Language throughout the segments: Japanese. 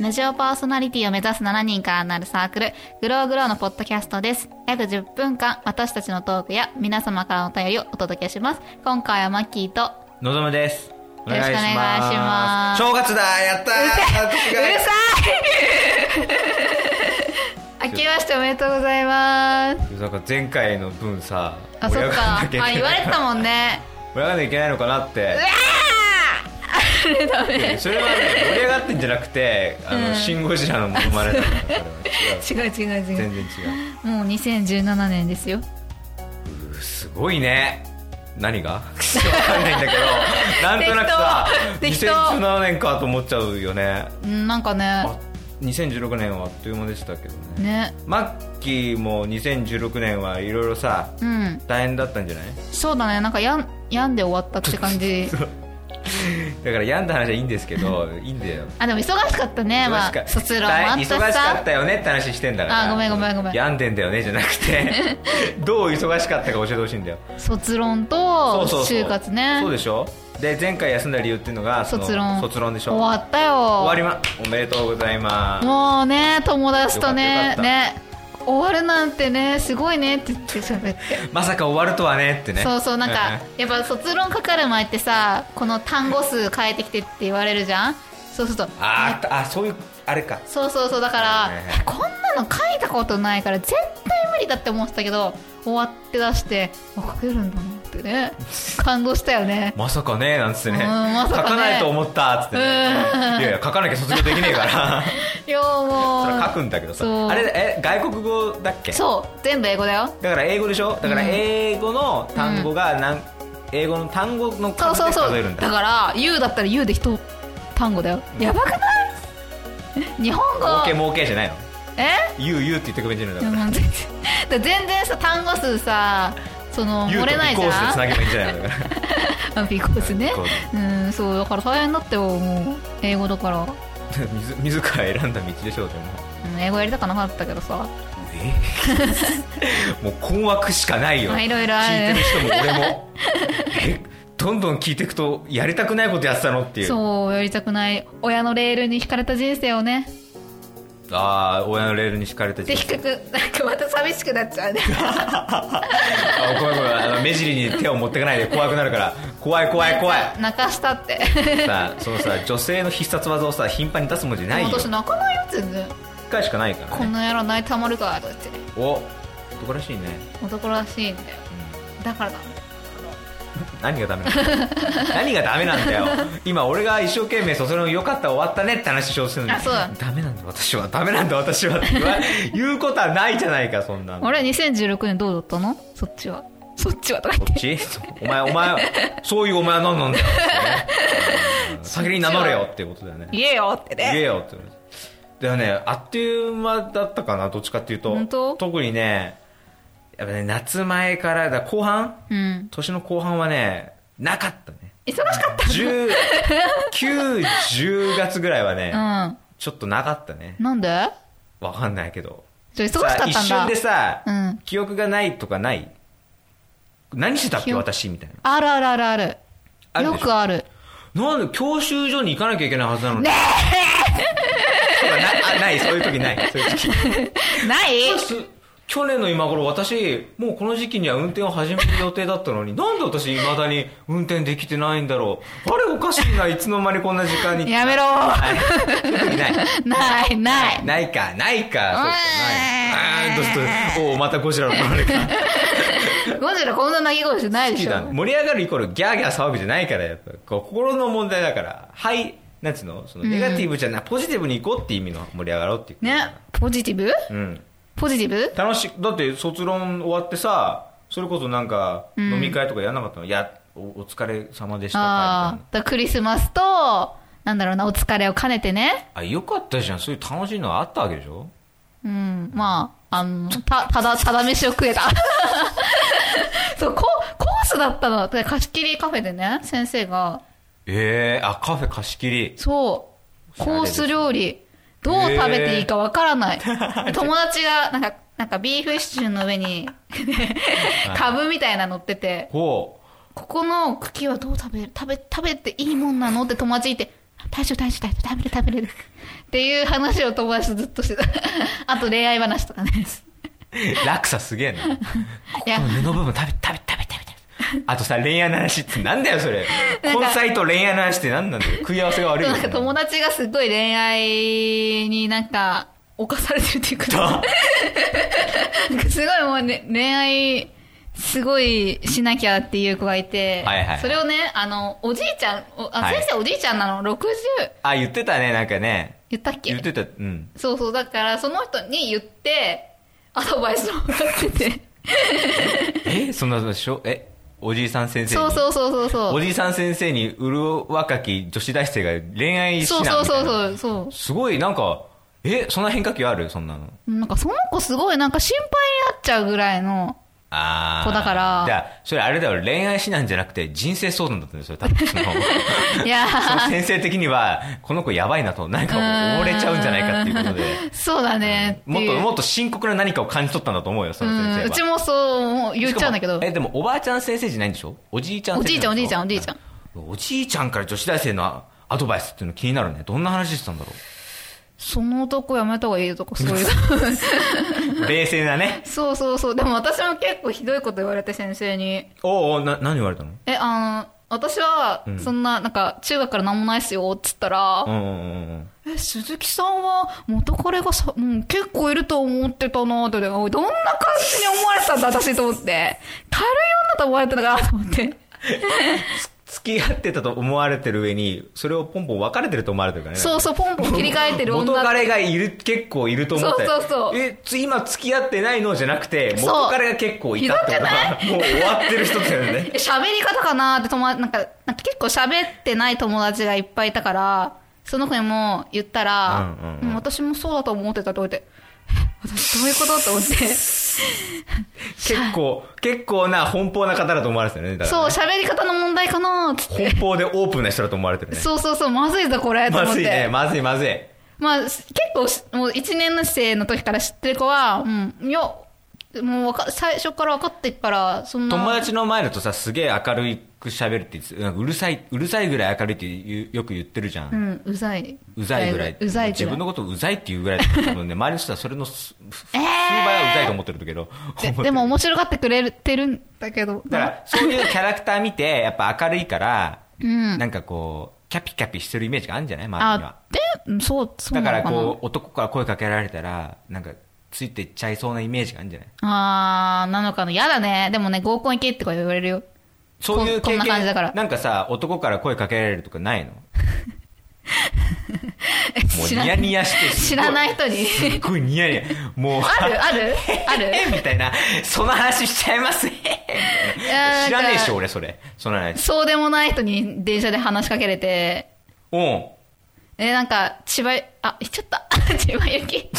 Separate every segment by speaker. Speaker 1: ラジオパーソナリティを目指す7人からなるサークル、グローグローのポッドキャストです。約10分間、私たちのトークや皆様からのお便りをお届けします。今回はマッキーと、
Speaker 2: のぞむです。お
Speaker 1: よろしくお願いします
Speaker 2: 正月だやったー
Speaker 1: うるさい明けましておめでとうございます。
Speaker 2: なんか前回の分さ、
Speaker 1: あ、そっか。あ、
Speaker 2: 盛り上がんなきゃいけ
Speaker 1: 言わ
Speaker 2: ない
Speaker 1: れてたもん ね。
Speaker 2: 盛り上がんなきゃいけないのか なって。
Speaker 1: ダメ。
Speaker 2: それはね、盛り上がってんじゃなくて、あの、
Speaker 1: うん
Speaker 2: シンゴジラのモノマネだから、それは違
Speaker 1: 違う違う違
Speaker 2: う全
Speaker 1: う。
Speaker 2: 然違
Speaker 1: もう2017年ですよ。
Speaker 2: う。うーすごいね。何がわかんないんだけど、なんとなくさ、
Speaker 1: 適当適
Speaker 2: 2017年かと思っちゃうよね。
Speaker 1: うんなんかね、
Speaker 2: あ、2016年はあっという間でしたけどね。
Speaker 1: ね。
Speaker 2: マッキーも2016年はいろいろさ
Speaker 1: うん。
Speaker 2: 大変だったん じゃない
Speaker 1: そうだね。なんかやん、病んで終わったって感 じ。
Speaker 2: だから病んだ話はいいんですけどいいんだよ
Speaker 1: あ、でも忙しかったね。ま
Speaker 2: 忙しか
Speaker 1: あ、卒論もあったしさ。
Speaker 2: 忙しかったよねって話してんだから
Speaker 1: あごめんごめんごめん
Speaker 2: 病んでんだよねじゃなく てどう忙しかったか教えてほしいんだよ
Speaker 1: 卒論と就活ね
Speaker 2: そうでしょで前回休んだ理由っていうのがその
Speaker 1: 卒論
Speaker 2: 卒論でしょ終わ
Speaker 1: 終わったよ
Speaker 2: りまおめでとうございます
Speaker 1: もうね友達と
Speaker 2: よかっ
Speaker 1: ね
Speaker 2: た
Speaker 1: ね終わるなんてねすごいねって言って喋って、
Speaker 2: まさか終わるとはねってね
Speaker 1: そうそうなんかやっぱ卒論かかる前ってさこの単語数変えてきてって言われるじゃんそうすると
Speaker 2: あーあ
Speaker 1: ね
Speaker 2: ったあそういうあれか
Speaker 1: そうそうそうだから、
Speaker 2: ね
Speaker 1: えこんなの書いたことないから絶対無理だって思ってたけど終わって出してあ書けるんだなってね感動したよね
Speaker 2: まさかねなんつってね,、
Speaker 1: うんまさかね
Speaker 2: 書かないと思ったっつってね
Speaker 1: うん
Speaker 2: いやいや書かなきゃ卒業できねえから
Speaker 1: いやもう
Speaker 2: それ書くんだけど
Speaker 1: そう
Speaker 2: さあれえ外国語だっけ
Speaker 1: そう全部英語だよ
Speaker 2: だから英語でしょだから
Speaker 1: うん
Speaker 2: 英語の単語がなん、英語の単語の
Speaker 1: そう
Speaker 2: 数
Speaker 1: そう
Speaker 2: で
Speaker 1: そ
Speaker 2: 数え
Speaker 1: う
Speaker 2: るんだ
Speaker 1: だから U だったら U で一単語だよやばくない日本語
Speaker 2: 儲け儲けじゃないの
Speaker 1: え
Speaker 2: 言う言うって言ってくれてるんだ
Speaker 1: で
Speaker 2: か
Speaker 1: も
Speaker 2: ら
Speaker 1: 全然だ全然さ単語数さその
Speaker 2: 言
Speaker 1: 漏
Speaker 2: うと
Speaker 1: れない
Speaker 2: コ
Speaker 1: じ
Speaker 2: ースでつ
Speaker 1: ゃ
Speaker 2: なんげばいいんじゃないのだから
Speaker 1: あビコースね
Speaker 2: コー
Speaker 1: うんそうだから大変だったよもう英語だから、
Speaker 2: 自自ら選んだ道でしょうでも
Speaker 1: うん、英語やりたくなかったけどさ
Speaker 2: えもう困惑しかないよ
Speaker 1: まあいろいろある
Speaker 2: 聞いて
Speaker 1: ね
Speaker 2: る人も俺もえどんどん聞いていくとやりたくないことやってたのっていう
Speaker 1: そうやりたくない親のレールに引かれた人生をね
Speaker 2: ああ親のレールに敷かれた
Speaker 1: で
Speaker 2: 人
Speaker 1: 引くなんかまた寂しくなっちゃう ね
Speaker 2: あごめんごめんあの目尻に手を持ってかないで怖くなるから怖い怖い怖い
Speaker 1: 泣かしたって
Speaker 2: さあそのさ女性の必殺技をさ頻繁に出す文字ないよ
Speaker 1: 私
Speaker 2: 1
Speaker 1: 泣かないよ全然
Speaker 2: 回しかないから、
Speaker 1: こ
Speaker 2: ね、
Speaker 1: んな野郎泣いたまるかとか言って
Speaker 2: お男らしいね、
Speaker 1: 男らしいんだよ
Speaker 2: う
Speaker 1: だからだ
Speaker 2: ん、何がダメなんだよ何がダメなんだよ今俺が一生懸命そうそれも良かった終わったねって話しようとするのに
Speaker 1: あそうだ
Speaker 2: ダメなんだ私はダメなんだ私はって言わ言うことはないじゃないかそんな の
Speaker 1: 俺2016年どうだったのそっちはそっちはとか言
Speaker 2: こ
Speaker 1: って
Speaker 2: っちお前お前そういうお前は何な んだよってね先に名乗れよっていうことだよね
Speaker 1: 言えよって
Speaker 2: 言え
Speaker 1: ね
Speaker 2: よって言われてでもねあっという間だったかなどっちかっていうと
Speaker 1: 本当
Speaker 2: 特にねやっぱね夏前からだ後半
Speaker 1: うん
Speaker 2: 年の後半はねなかったね
Speaker 1: 忙しかっ
Speaker 2: 1910月ぐらいはね、
Speaker 1: たうん
Speaker 2: ちょっとなかったね
Speaker 1: なんで
Speaker 2: わかんないけど
Speaker 1: じゃあ忙し
Speaker 2: さ
Speaker 1: か
Speaker 2: あ
Speaker 1: っ
Speaker 2: 一
Speaker 1: たんだ
Speaker 2: 瞬でさ、
Speaker 1: うん
Speaker 2: 記憶がないとかない何してたっ
Speaker 1: 記
Speaker 2: け
Speaker 1: 憶
Speaker 2: 私みたいな
Speaker 1: あるあるあるある
Speaker 2: ある
Speaker 1: よ
Speaker 2: でしょ
Speaker 1: くある
Speaker 2: なんで教習所に行かなきゃいけないはずなのにねえなあないそういう時ないそういう時
Speaker 1: ない
Speaker 2: す去年の今頃私もうこの時期には運転を始める予定だったのになんで私いまだに運転できてないんだろうあれおかしいないつの間にこんな時間に
Speaker 1: やめろ
Speaker 2: はいそういう 時ない
Speaker 1: ないない
Speaker 2: ないかないかそうか
Speaker 1: う
Speaker 2: ない
Speaker 1: ん
Speaker 2: あーどうしたおおまたゴジラの生まれか
Speaker 1: ゴジラこんな泣き声じゃない
Speaker 2: 好
Speaker 1: で
Speaker 2: き
Speaker 1: し
Speaker 2: だ
Speaker 1: ょ
Speaker 2: 盛り上がるイコールギャーギャー騒ぐじゃないからやっぱこう心の問題だからはいなんつうのそのネガティブじゃない、ポジティブに行こうって意味の盛り上がろうっていうこと
Speaker 1: ねポジティブ
Speaker 2: うん
Speaker 1: ポジティブ
Speaker 2: 楽しいだって卒論終わってさそれこそなんか飲み会とかやらなかったの、いやおお疲れ様でしたか
Speaker 1: ああ
Speaker 2: み
Speaker 1: だからクリスマスとなんだろうなお疲れを兼ねてね
Speaker 2: たいなあよかったじゃんそういう楽しいのがあったわけでしょ
Speaker 1: うん、まあ、あの、た、ただ、ただ飯を食えた。 そう、コ、コースだったの。で貸し切りカフェでね、先生が、
Speaker 2: ええあカフェ貸し切り
Speaker 1: そう、コース料理、どう食べていいかわからない。友達が、なんか、なんかビーフシチューの上 に、 カブみたいなの乗ってて、
Speaker 2: ほう
Speaker 1: ここの茎はどう食べる、食べ、食べていいもんなのって友達いて、大丈夫大丈夫大丈夫食べる食べれるっていう話を友達とずっとしてた あと恋愛話とかね
Speaker 2: 落差すげえな。 こ
Speaker 1: いや
Speaker 2: この布部分食べ、食べ、食べ、食べ、食べ。あとさ、恋愛の話ってなんだよ、それ。
Speaker 1: なんか
Speaker 2: 根菜と恋愛の話ってなんなんだ よ。食い合わせが悪いよ
Speaker 1: なんか友達がすごい恋愛になんか侵されてるっていうか
Speaker 2: だ
Speaker 1: なんかすごいもう、ね、恋愛すごいしなきゃっていう子がいて、
Speaker 2: はいはい
Speaker 1: それをねあのおじいちゃんおあ、
Speaker 2: はい
Speaker 1: 先生おじいちゃんなの60
Speaker 2: あ、言ってたね、なんかね。
Speaker 1: 言ったっけ
Speaker 2: 言ってた、うん。
Speaker 1: そうそうだからその人に言ってアドバイスをもらって て
Speaker 2: え、そんな、しょえ、おじいさん先生に。
Speaker 1: そうそうそうそうそう
Speaker 2: おじいさん先生に潤若き女子大生が恋愛指
Speaker 1: そう
Speaker 2: 南
Speaker 1: そう
Speaker 2: みた
Speaker 1: そ
Speaker 2: いな
Speaker 1: うそう
Speaker 2: すごいなんかえそんな変化球あるそんなの
Speaker 1: なんかその子すごいなんか心配になっちゃうぐらいの
Speaker 2: ああ
Speaker 1: 子だから
Speaker 2: じゃあそれあれだよ恋愛指南じゃなくて人生相談だったんですよ多分その
Speaker 1: いやー
Speaker 2: その先生的にはこの子やばいなと何かを溺れちゃうんじゃないかっていうことで
Speaker 1: そうだね
Speaker 2: もっと
Speaker 1: っ
Speaker 2: もっと深刻な何かを感じ取ったんだと思うよその先生は
Speaker 1: うちもそうもう言っちゃうんだけど
Speaker 2: しかもえでもおばあちゃん先生じゃないんでしょおじいちゃん先生
Speaker 1: おじいちゃんおじいちゃんおじいちゃん
Speaker 2: ゃんおじいちゃんから女子大生のアドバイスっていうの気になるねどんな話してたんだろ
Speaker 1: その男やめた方がいいよとかそういう
Speaker 2: う冷静なね
Speaker 1: そうそうそうでも私も結構ひどいこと言われて先生に
Speaker 2: おうおうな何言われたの
Speaker 1: えあの私は
Speaker 2: ん
Speaker 1: そんななんか中学から何もないっすよっつったら、
Speaker 2: うんうんうんうん
Speaker 1: え鈴木さんは元彼がさ、うん、結構いると思ってたなっておいどんな感じに思われてたんだ私と思って軽い女と思われてたかなと思って
Speaker 2: 付き合ってたと思われてる上にそれをポンポン別れてると思われてるからね
Speaker 1: そううそうポンポン切り替えてる女
Speaker 2: 元彼がいる結構いると思って
Speaker 1: そうそうそう
Speaker 2: えつ今付き合ってないのじゃなくて
Speaker 1: そう
Speaker 2: 元彼が結構いたってことはもう終わってる人 だよね
Speaker 1: え喋り方かなって友達なんかなんか結構喋ってない友達がいっぱいいたからその子にも言ったら、
Speaker 2: うんうんうん
Speaker 1: も私もそうだと思ってたと思ってえ私どういうことと思って
Speaker 2: 結構結構な奔放な方だと思われてるよねだから
Speaker 1: そう
Speaker 2: ね
Speaker 1: 喋り方の問題かなっつって、
Speaker 2: 奔放でオープンな人だと思われてるね
Speaker 1: そうそうそうまずいぞこれと思
Speaker 2: ま
Speaker 1: って、
Speaker 2: ずいねまずいまずい
Speaker 1: まあ結構しもう1年生の時から知ってる子はうんいやもうわか最初から分かってっからそんな
Speaker 2: 友達の前だとさすげえ明るく喋るって言ってなんかうるさいうるさいぐらい明るいって言うよく言ってるじゃん
Speaker 1: うんうざいう
Speaker 2: うざいぐらい。
Speaker 1: うざいぐらい
Speaker 2: 自分のことうざいっていうぐらいだと思う ので、周りの人はそれの数
Speaker 1: えー
Speaker 2: 数倍はうざいと思ってるんだけど。
Speaker 1: で
Speaker 2: 思ってる
Speaker 1: でも面白がってくれてるんだけど
Speaker 2: だから、そういうキャラクター見て、やっぱ明るいから、
Speaker 1: うん
Speaker 2: なんかこう、キャピキャピしてるイメージがあるんじゃない周りには
Speaker 1: あ。でうんそうそう
Speaker 2: だ
Speaker 1: な
Speaker 2: か
Speaker 1: の
Speaker 2: ら
Speaker 1: かな
Speaker 2: こう、男から声かけられたら、なんか、ついていっちゃいそうなイメージがあるんじゃない
Speaker 1: あーなのかなやだねでもね合コン行けってこれ言われるよ
Speaker 2: そういう
Speaker 1: こんこ
Speaker 2: 経
Speaker 1: んな感
Speaker 2: 験
Speaker 1: じだから
Speaker 2: なんかさ、男から声かけられるとかないのもうニヤニヤしてすご
Speaker 1: 知らない人 に
Speaker 2: すっごいニヤニヤ。もう、
Speaker 1: あるあ るある
Speaker 2: えみたいな、その話しちゃいますね。
Speaker 1: や
Speaker 2: 知らねえでし
Speaker 1: なんか
Speaker 2: ょ、俺、それ。その話。
Speaker 1: そうでもない人に電車で話しかけれて
Speaker 2: うん。
Speaker 1: えなんか千葉あ行っちゃった 千葉行き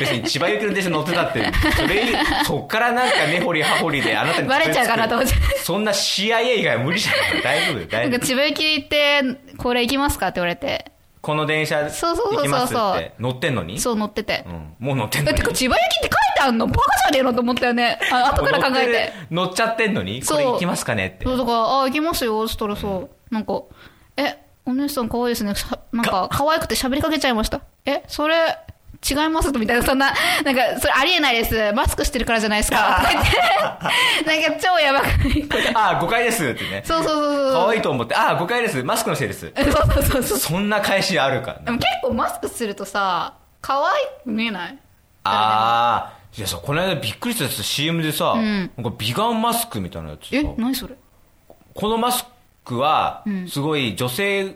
Speaker 2: 別に千葉行きの電車乗ってたって、それ、そっからなんか根掘り葉掘りであなたに
Speaker 1: バレちゃうかなと思って
Speaker 2: そんな CIA 以外無理じゃない大丈夫
Speaker 1: な
Speaker 2: 大
Speaker 1: ん
Speaker 2: 丈
Speaker 1: か
Speaker 2: 夫。
Speaker 1: 千葉行き行ってこれ行きますかって言われて
Speaker 2: この電車
Speaker 1: そうそうそうそう
Speaker 2: 行きますって乗ってんのに
Speaker 1: そう乗ってて、
Speaker 2: うん。もう乗ってんの
Speaker 1: え
Speaker 2: に
Speaker 1: て。か千葉行きって書いてあんのバカじゃねえのと思ったよねあ後から考えて
Speaker 2: 乗っる乗っちゃってんのに
Speaker 1: そう
Speaker 2: これ行きますかねって
Speaker 1: そうだから、あ、行きますよ、っつったらさ、なんか、え、お姉さん可愛いですね、さなんか、可愛くて喋りかけちゃいました。え、それ、違いますみたいな、そんな、なんか、それありえないです。マスクしてるからじゃないです か。とか言ってなんか、超やばくない。
Speaker 2: ああ誤解ですってね
Speaker 1: そうそうそうそう。
Speaker 2: 可愛いと思ってああ誤解ですマスクのせいです
Speaker 1: そうそうそうそう。
Speaker 2: そんな返しあるから
Speaker 1: でも結構マスクするとさ、可愛く見えない
Speaker 2: ああいやさこの間びっくりしたやつ CM でさ、
Speaker 1: ん
Speaker 2: なんか美顔マスクみたいなやつさ
Speaker 1: え、何それ
Speaker 2: このマスクは
Speaker 1: ん
Speaker 2: すごい女性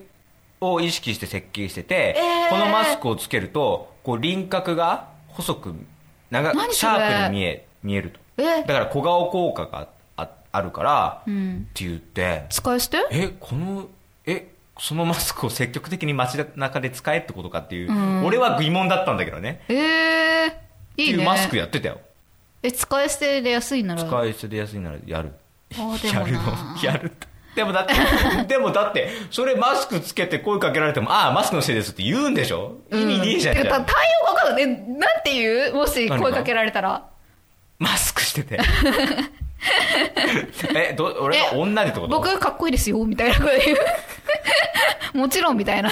Speaker 2: を意識して設計してて、
Speaker 1: えー
Speaker 2: このマスクをつけるとこう輪郭が細く長
Speaker 1: 何それ
Speaker 2: くシャープに見え見えると
Speaker 1: え
Speaker 2: だから小顔効果がああるから、
Speaker 1: う
Speaker 2: って
Speaker 1: ん。
Speaker 2: 言って
Speaker 1: 使い捨て
Speaker 2: えこのえそのマスクを積極的に街中で使えってことかっていう、
Speaker 1: うん
Speaker 2: 俺は疑問だったんだけどね
Speaker 1: えー、いい
Speaker 2: ってい
Speaker 1: ね。
Speaker 2: うマスクやってたよ
Speaker 1: え、使い捨てで安いなら。
Speaker 2: 使い捨てで安いならやる
Speaker 1: あーで
Speaker 2: や
Speaker 1: も
Speaker 2: るの
Speaker 1: な
Speaker 2: やるでもだって でもだってそれマスクつけて声かけられてもああマスクのせいですって言うんでしょ意味ねえじゃん、
Speaker 1: てかた対応が分かんないえなんて言うもし
Speaker 2: 何が
Speaker 1: 声かけられたら
Speaker 2: マスクしてて えど俺が女でってこと
Speaker 1: 僕かっこいいですよみたいなこと言う もちろんみたいな。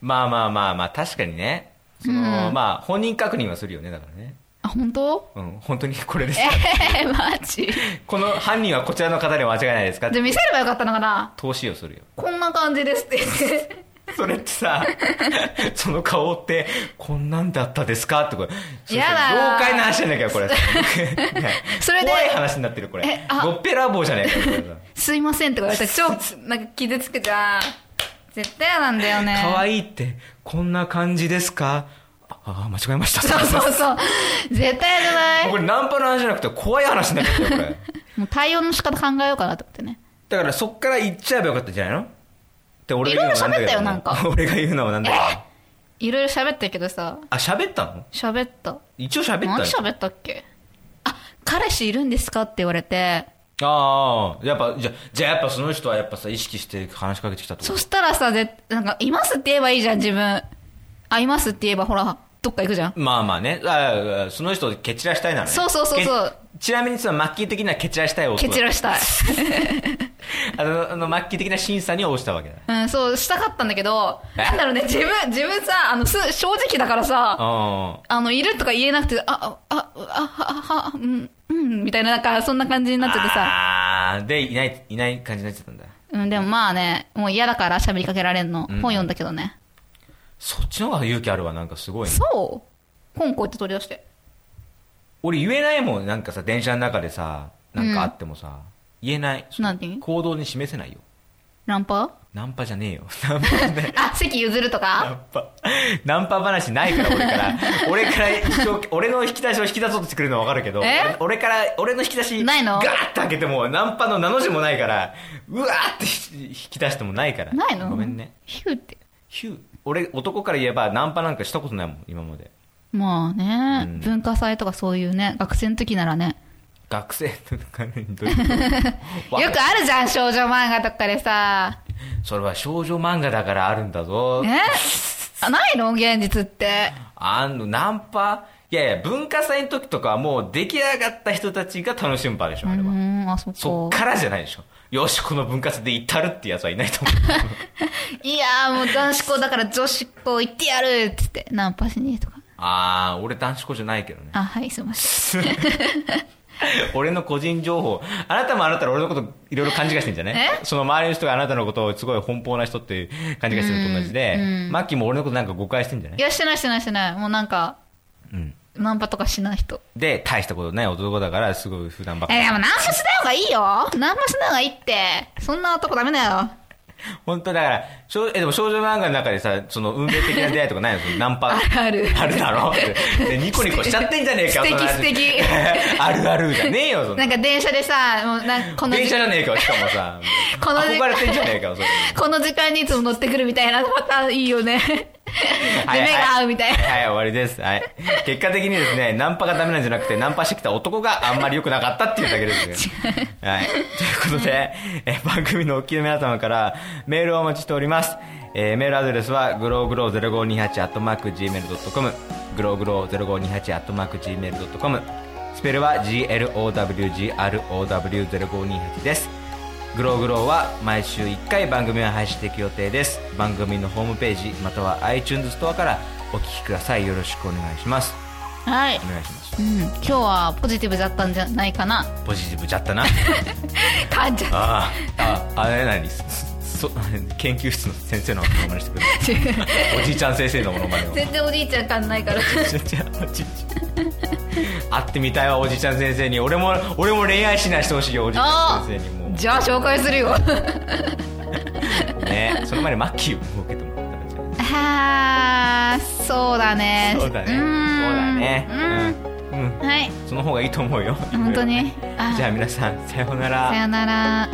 Speaker 2: まあまあまあまあ、確かにね。その、
Speaker 1: うん
Speaker 2: まあ、本人確認はするよね、だからね。
Speaker 1: あ、本当
Speaker 2: うん、本当にこれですか。
Speaker 1: えー、マジ
Speaker 2: この犯人はこちらの方で間違いないですか
Speaker 1: で見せればよかったのかな
Speaker 2: 投資をするよ。
Speaker 1: こんな感じですって言って。
Speaker 2: それってさ、 その顔って、こんなんだったですかってこれ。
Speaker 1: やだ
Speaker 2: それ妖怪の話じゃないかよ、これ。
Speaker 1: それで
Speaker 2: 怖い話になってる、これ
Speaker 1: え。あ
Speaker 2: ごっぺらぼうじゃないかよ、これさ。
Speaker 1: すいませんとか言われたら超、なんか傷つけちゃう。絶対嫌なんだよね。
Speaker 2: 可愛いって、こんな感じですかああ、間違えました。
Speaker 1: そうそうそう。絶対じゃない
Speaker 2: これナンパの話じゃなくて怖い話になってるよ、これ。
Speaker 1: もう対応の仕方考えようかなと思ってね。
Speaker 2: だからそっから行っちゃえばよかったんじゃないのって俺が言うのもなんだ
Speaker 1: いろいろ喋
Speaker 2: けど
Speaker 1: ったよなんか
Speaker 2: 俺が言うのもなんだけど。
Speaker 1: いろいろ喋ったけどさ、
Speaker 2: あ、喋ったの
Speaker 1: 喋った。
Speaker 2: 一応喋ったの
Speaker 1: 何喋ったっけあ、彼氏いるんですかって言われて、
Speaker 2: ああ、やっぱ、じゃ、じゃあやっぱその人はやっぱさ、意識して話しかけてきたってこと
Speaker 1: そしたらさ、ぜなんか、いますって言えばいいじゃん、自分。あ、いますって言えば、ほら、どっか行くじゃん。
Speaker 2: まあまあね、ああその人を蹴散らしたいなのね。
Speaker 1: そうそうそうそう
Speaker 2: け。ちなみにその末期的な蹴散らしたい音
Speaker 1: 蹴
Speaker 2: だ
Speaker 1: 散らしたい。
Speaker 2: あの、あの末期的な審査に応じたわけだ。
Speaker 1: うん、そう、したかったんだけど、
Speaker 2: え
Speaker 1: なんだろうね、自分、自分さ、あの、す、正直だからさ、
Speaker 2: あ
Speaker 1: あの、いるとか言えなくて、あ、あ、あ、あ、あ、あ、うん、うん、みたいな、なんか、そんな感じに
Speaker 2: あ。
Speaker 1: なっちゃってさ。
Speaker 2: ああ、で、いない、いない感じになっちゃったんだ。
Speaker 1: うん、でもまあね、もう嫌だから喋りかけられんの。
Speaker 2: うん
Speaker 1: 本読んだけどね。
Speaker 2: そっちの方が勇気あるわ、なんかすごいね。
Speaker 1: そう本校って取り出して。
Speaker 2: 俺言えないもん、なんかさ、電車の中でさ、なんかあってもさ、言えない。
Speaker 1: 何
Speaker 2: 行動に示せないよ。
Speaker 1: ナン パ
Speaker 2: ナンパじゃねえよ。ナンパじゃない。
Speaker 1: あ、席譲ると
Speaker 2: ナ
Speaker 1: か
Speaker 2: ンパ、ナンパ話ないから、俺 から。俺から一生、俺の引き出しを引き出そうとしてくれるのはわかるけど、
Speaker 1: え
Speaker 2: 俺俺から、俺の引き出し、
Speaker 1: ないの
Speaker 2: ガーッて開けても、ナンパの名の字もないから、うわーってひ引き出してもないから。
Speaker 1: ないの
Speaker 2: ごめんね。。
Speaker 1: ヒューって。
Speaker 2: ヒュー。俺、男から言えば、ナンパなんかしたことないもん、今まで。
Speaker 1: まあね、
Speaker 2: うん
Speaker 1: 文化祭とかそういうね、学生の時ならね。
Speaker 2: 学生とかにど ういうこと
Speaker 1: よくあるじゃん、少女漫画とかでさ。
Speaker 2: それは少女漫画だからあるんだぞ。
Speaker 1: えあないの現実って。
Speaker 2: あの、ナンパいやいや、文化祭の時とかはもう出来上がった人たちが楽しむ場でし
Speaker 1: う
Speaker 2: ょ、あれは。
Speaker 1: ん、あそこ。
Speaker 2: そっからじゃないでしょ。よし、この文化祭で至るってやつはいないと 思う。
Speaker 1: いやーもう男子校だから女子校行ってやるっつって、ナンパしにとか。
Speaker 2: あー、俺男子校じゃないけどね。
Speaker 1: あ、はい、すいません。
Speaker 2: 俺の個人情報。あなたもあなたで俺のこといろいろ勘違いしてんじゃないその周りの人があなたのことをすごい奔放な人って勘違いしてるのと同じで、マッキーも俺のことなんか誤解してんじゃな
Speaker 1: い
Speaker 2: い
Speaker 1: や、してないしてないしてない。もうなんか、
Speaker 2: うん。
Speaker 1: ナンパとかしない人。
Speaker 2: で、大したことない男だから、すごい普段ばっか
Speaker 1: え、でもナンパしない方がいいよ。ナンパしない方がいいって。そんな男ダメだよ。
Speaker 2: 本当だから、少えでも少女漫画の中でさ、その運命的な出会いとかないのそのナンパ。
Speaker 1: あるある
Speaker 2: ある だろでニコニコしちゃってんじゃねえか
Speaker 1: 素敵
Speaker 2: その話
Speaker 1: 素敵
Speaker 2: あるあるじゃねえよ、そん
Speaker 1: な。
Speaker 2: なん
Speaker 1: か電車でさ、もうなんかこの
Speaker 2: 電
Speaker 1: 時
Speaker 2: 車じゃねえかよ、しかもさ。
Speaker 1: この時
Speaker 2: 憧れてんじゃねえか よ、それ。
Speaker 1: この時間にいつも乗ってくるみたいなパターンいいよね。
Speaker 2: はい
Speaker 1: で、目が合うみたいな。
Speaker 2: はい、終わりです。はい。結果的にですね、ナンパがダメなんじゃなくて、ナンパしてきた男があんまり良くなかったっていうだけです ね。はい。ということで、え番組のお聞きの皆様からメールをお待ちしております。えーメールアドレスは、グローグロー0528 gmail.com、グローグロー0528 gmail.com、スペルは glowgro0528 です。グローグローは毎週1回番組を配信していく予定です番組のホームページまたは iTunes ストアからお聞きくださいよろしくお願いします
Speaker 1: はい
Speaker 2: お。願いします
Speaker 1: うん、今日はポジティブだったんじゃないかな。
Speaker 2: ポジティブじゃったな
Speaker 1: 噛んじゃった。
Speaker 2: ああああれ何そそ研究室の先生のものまねしてくれるおじいちゃん先生のものまねを
Speaker 1: 全然おじいちゃん噛んないから。
Speaker 2: ちょちょおじいちゃん会ってみたいわおじいちゃん先生に俺も俺も恋愛しないしてほしいよおじいちゃん
Speaker 1: あ
Speaker 2: 先生にも
Speaker 1: あじゃあ紹介するよ。
Speaker 2: うねその前にマッキーを受けてもらったらじゃあ
Speaker 1: あー、そうだね。
Speaker 2: そうだね。
Speaker 1: ー
Speaker 2: そうんだね。うん。うん。
Speaker 1: うん。はい。
Speaker 2: その方がいいと思うよ。
Speaker 1: 本当に。あ
Speaker 2: じゃあ皆さん、さようなら
Speaker 1: さ。よなら。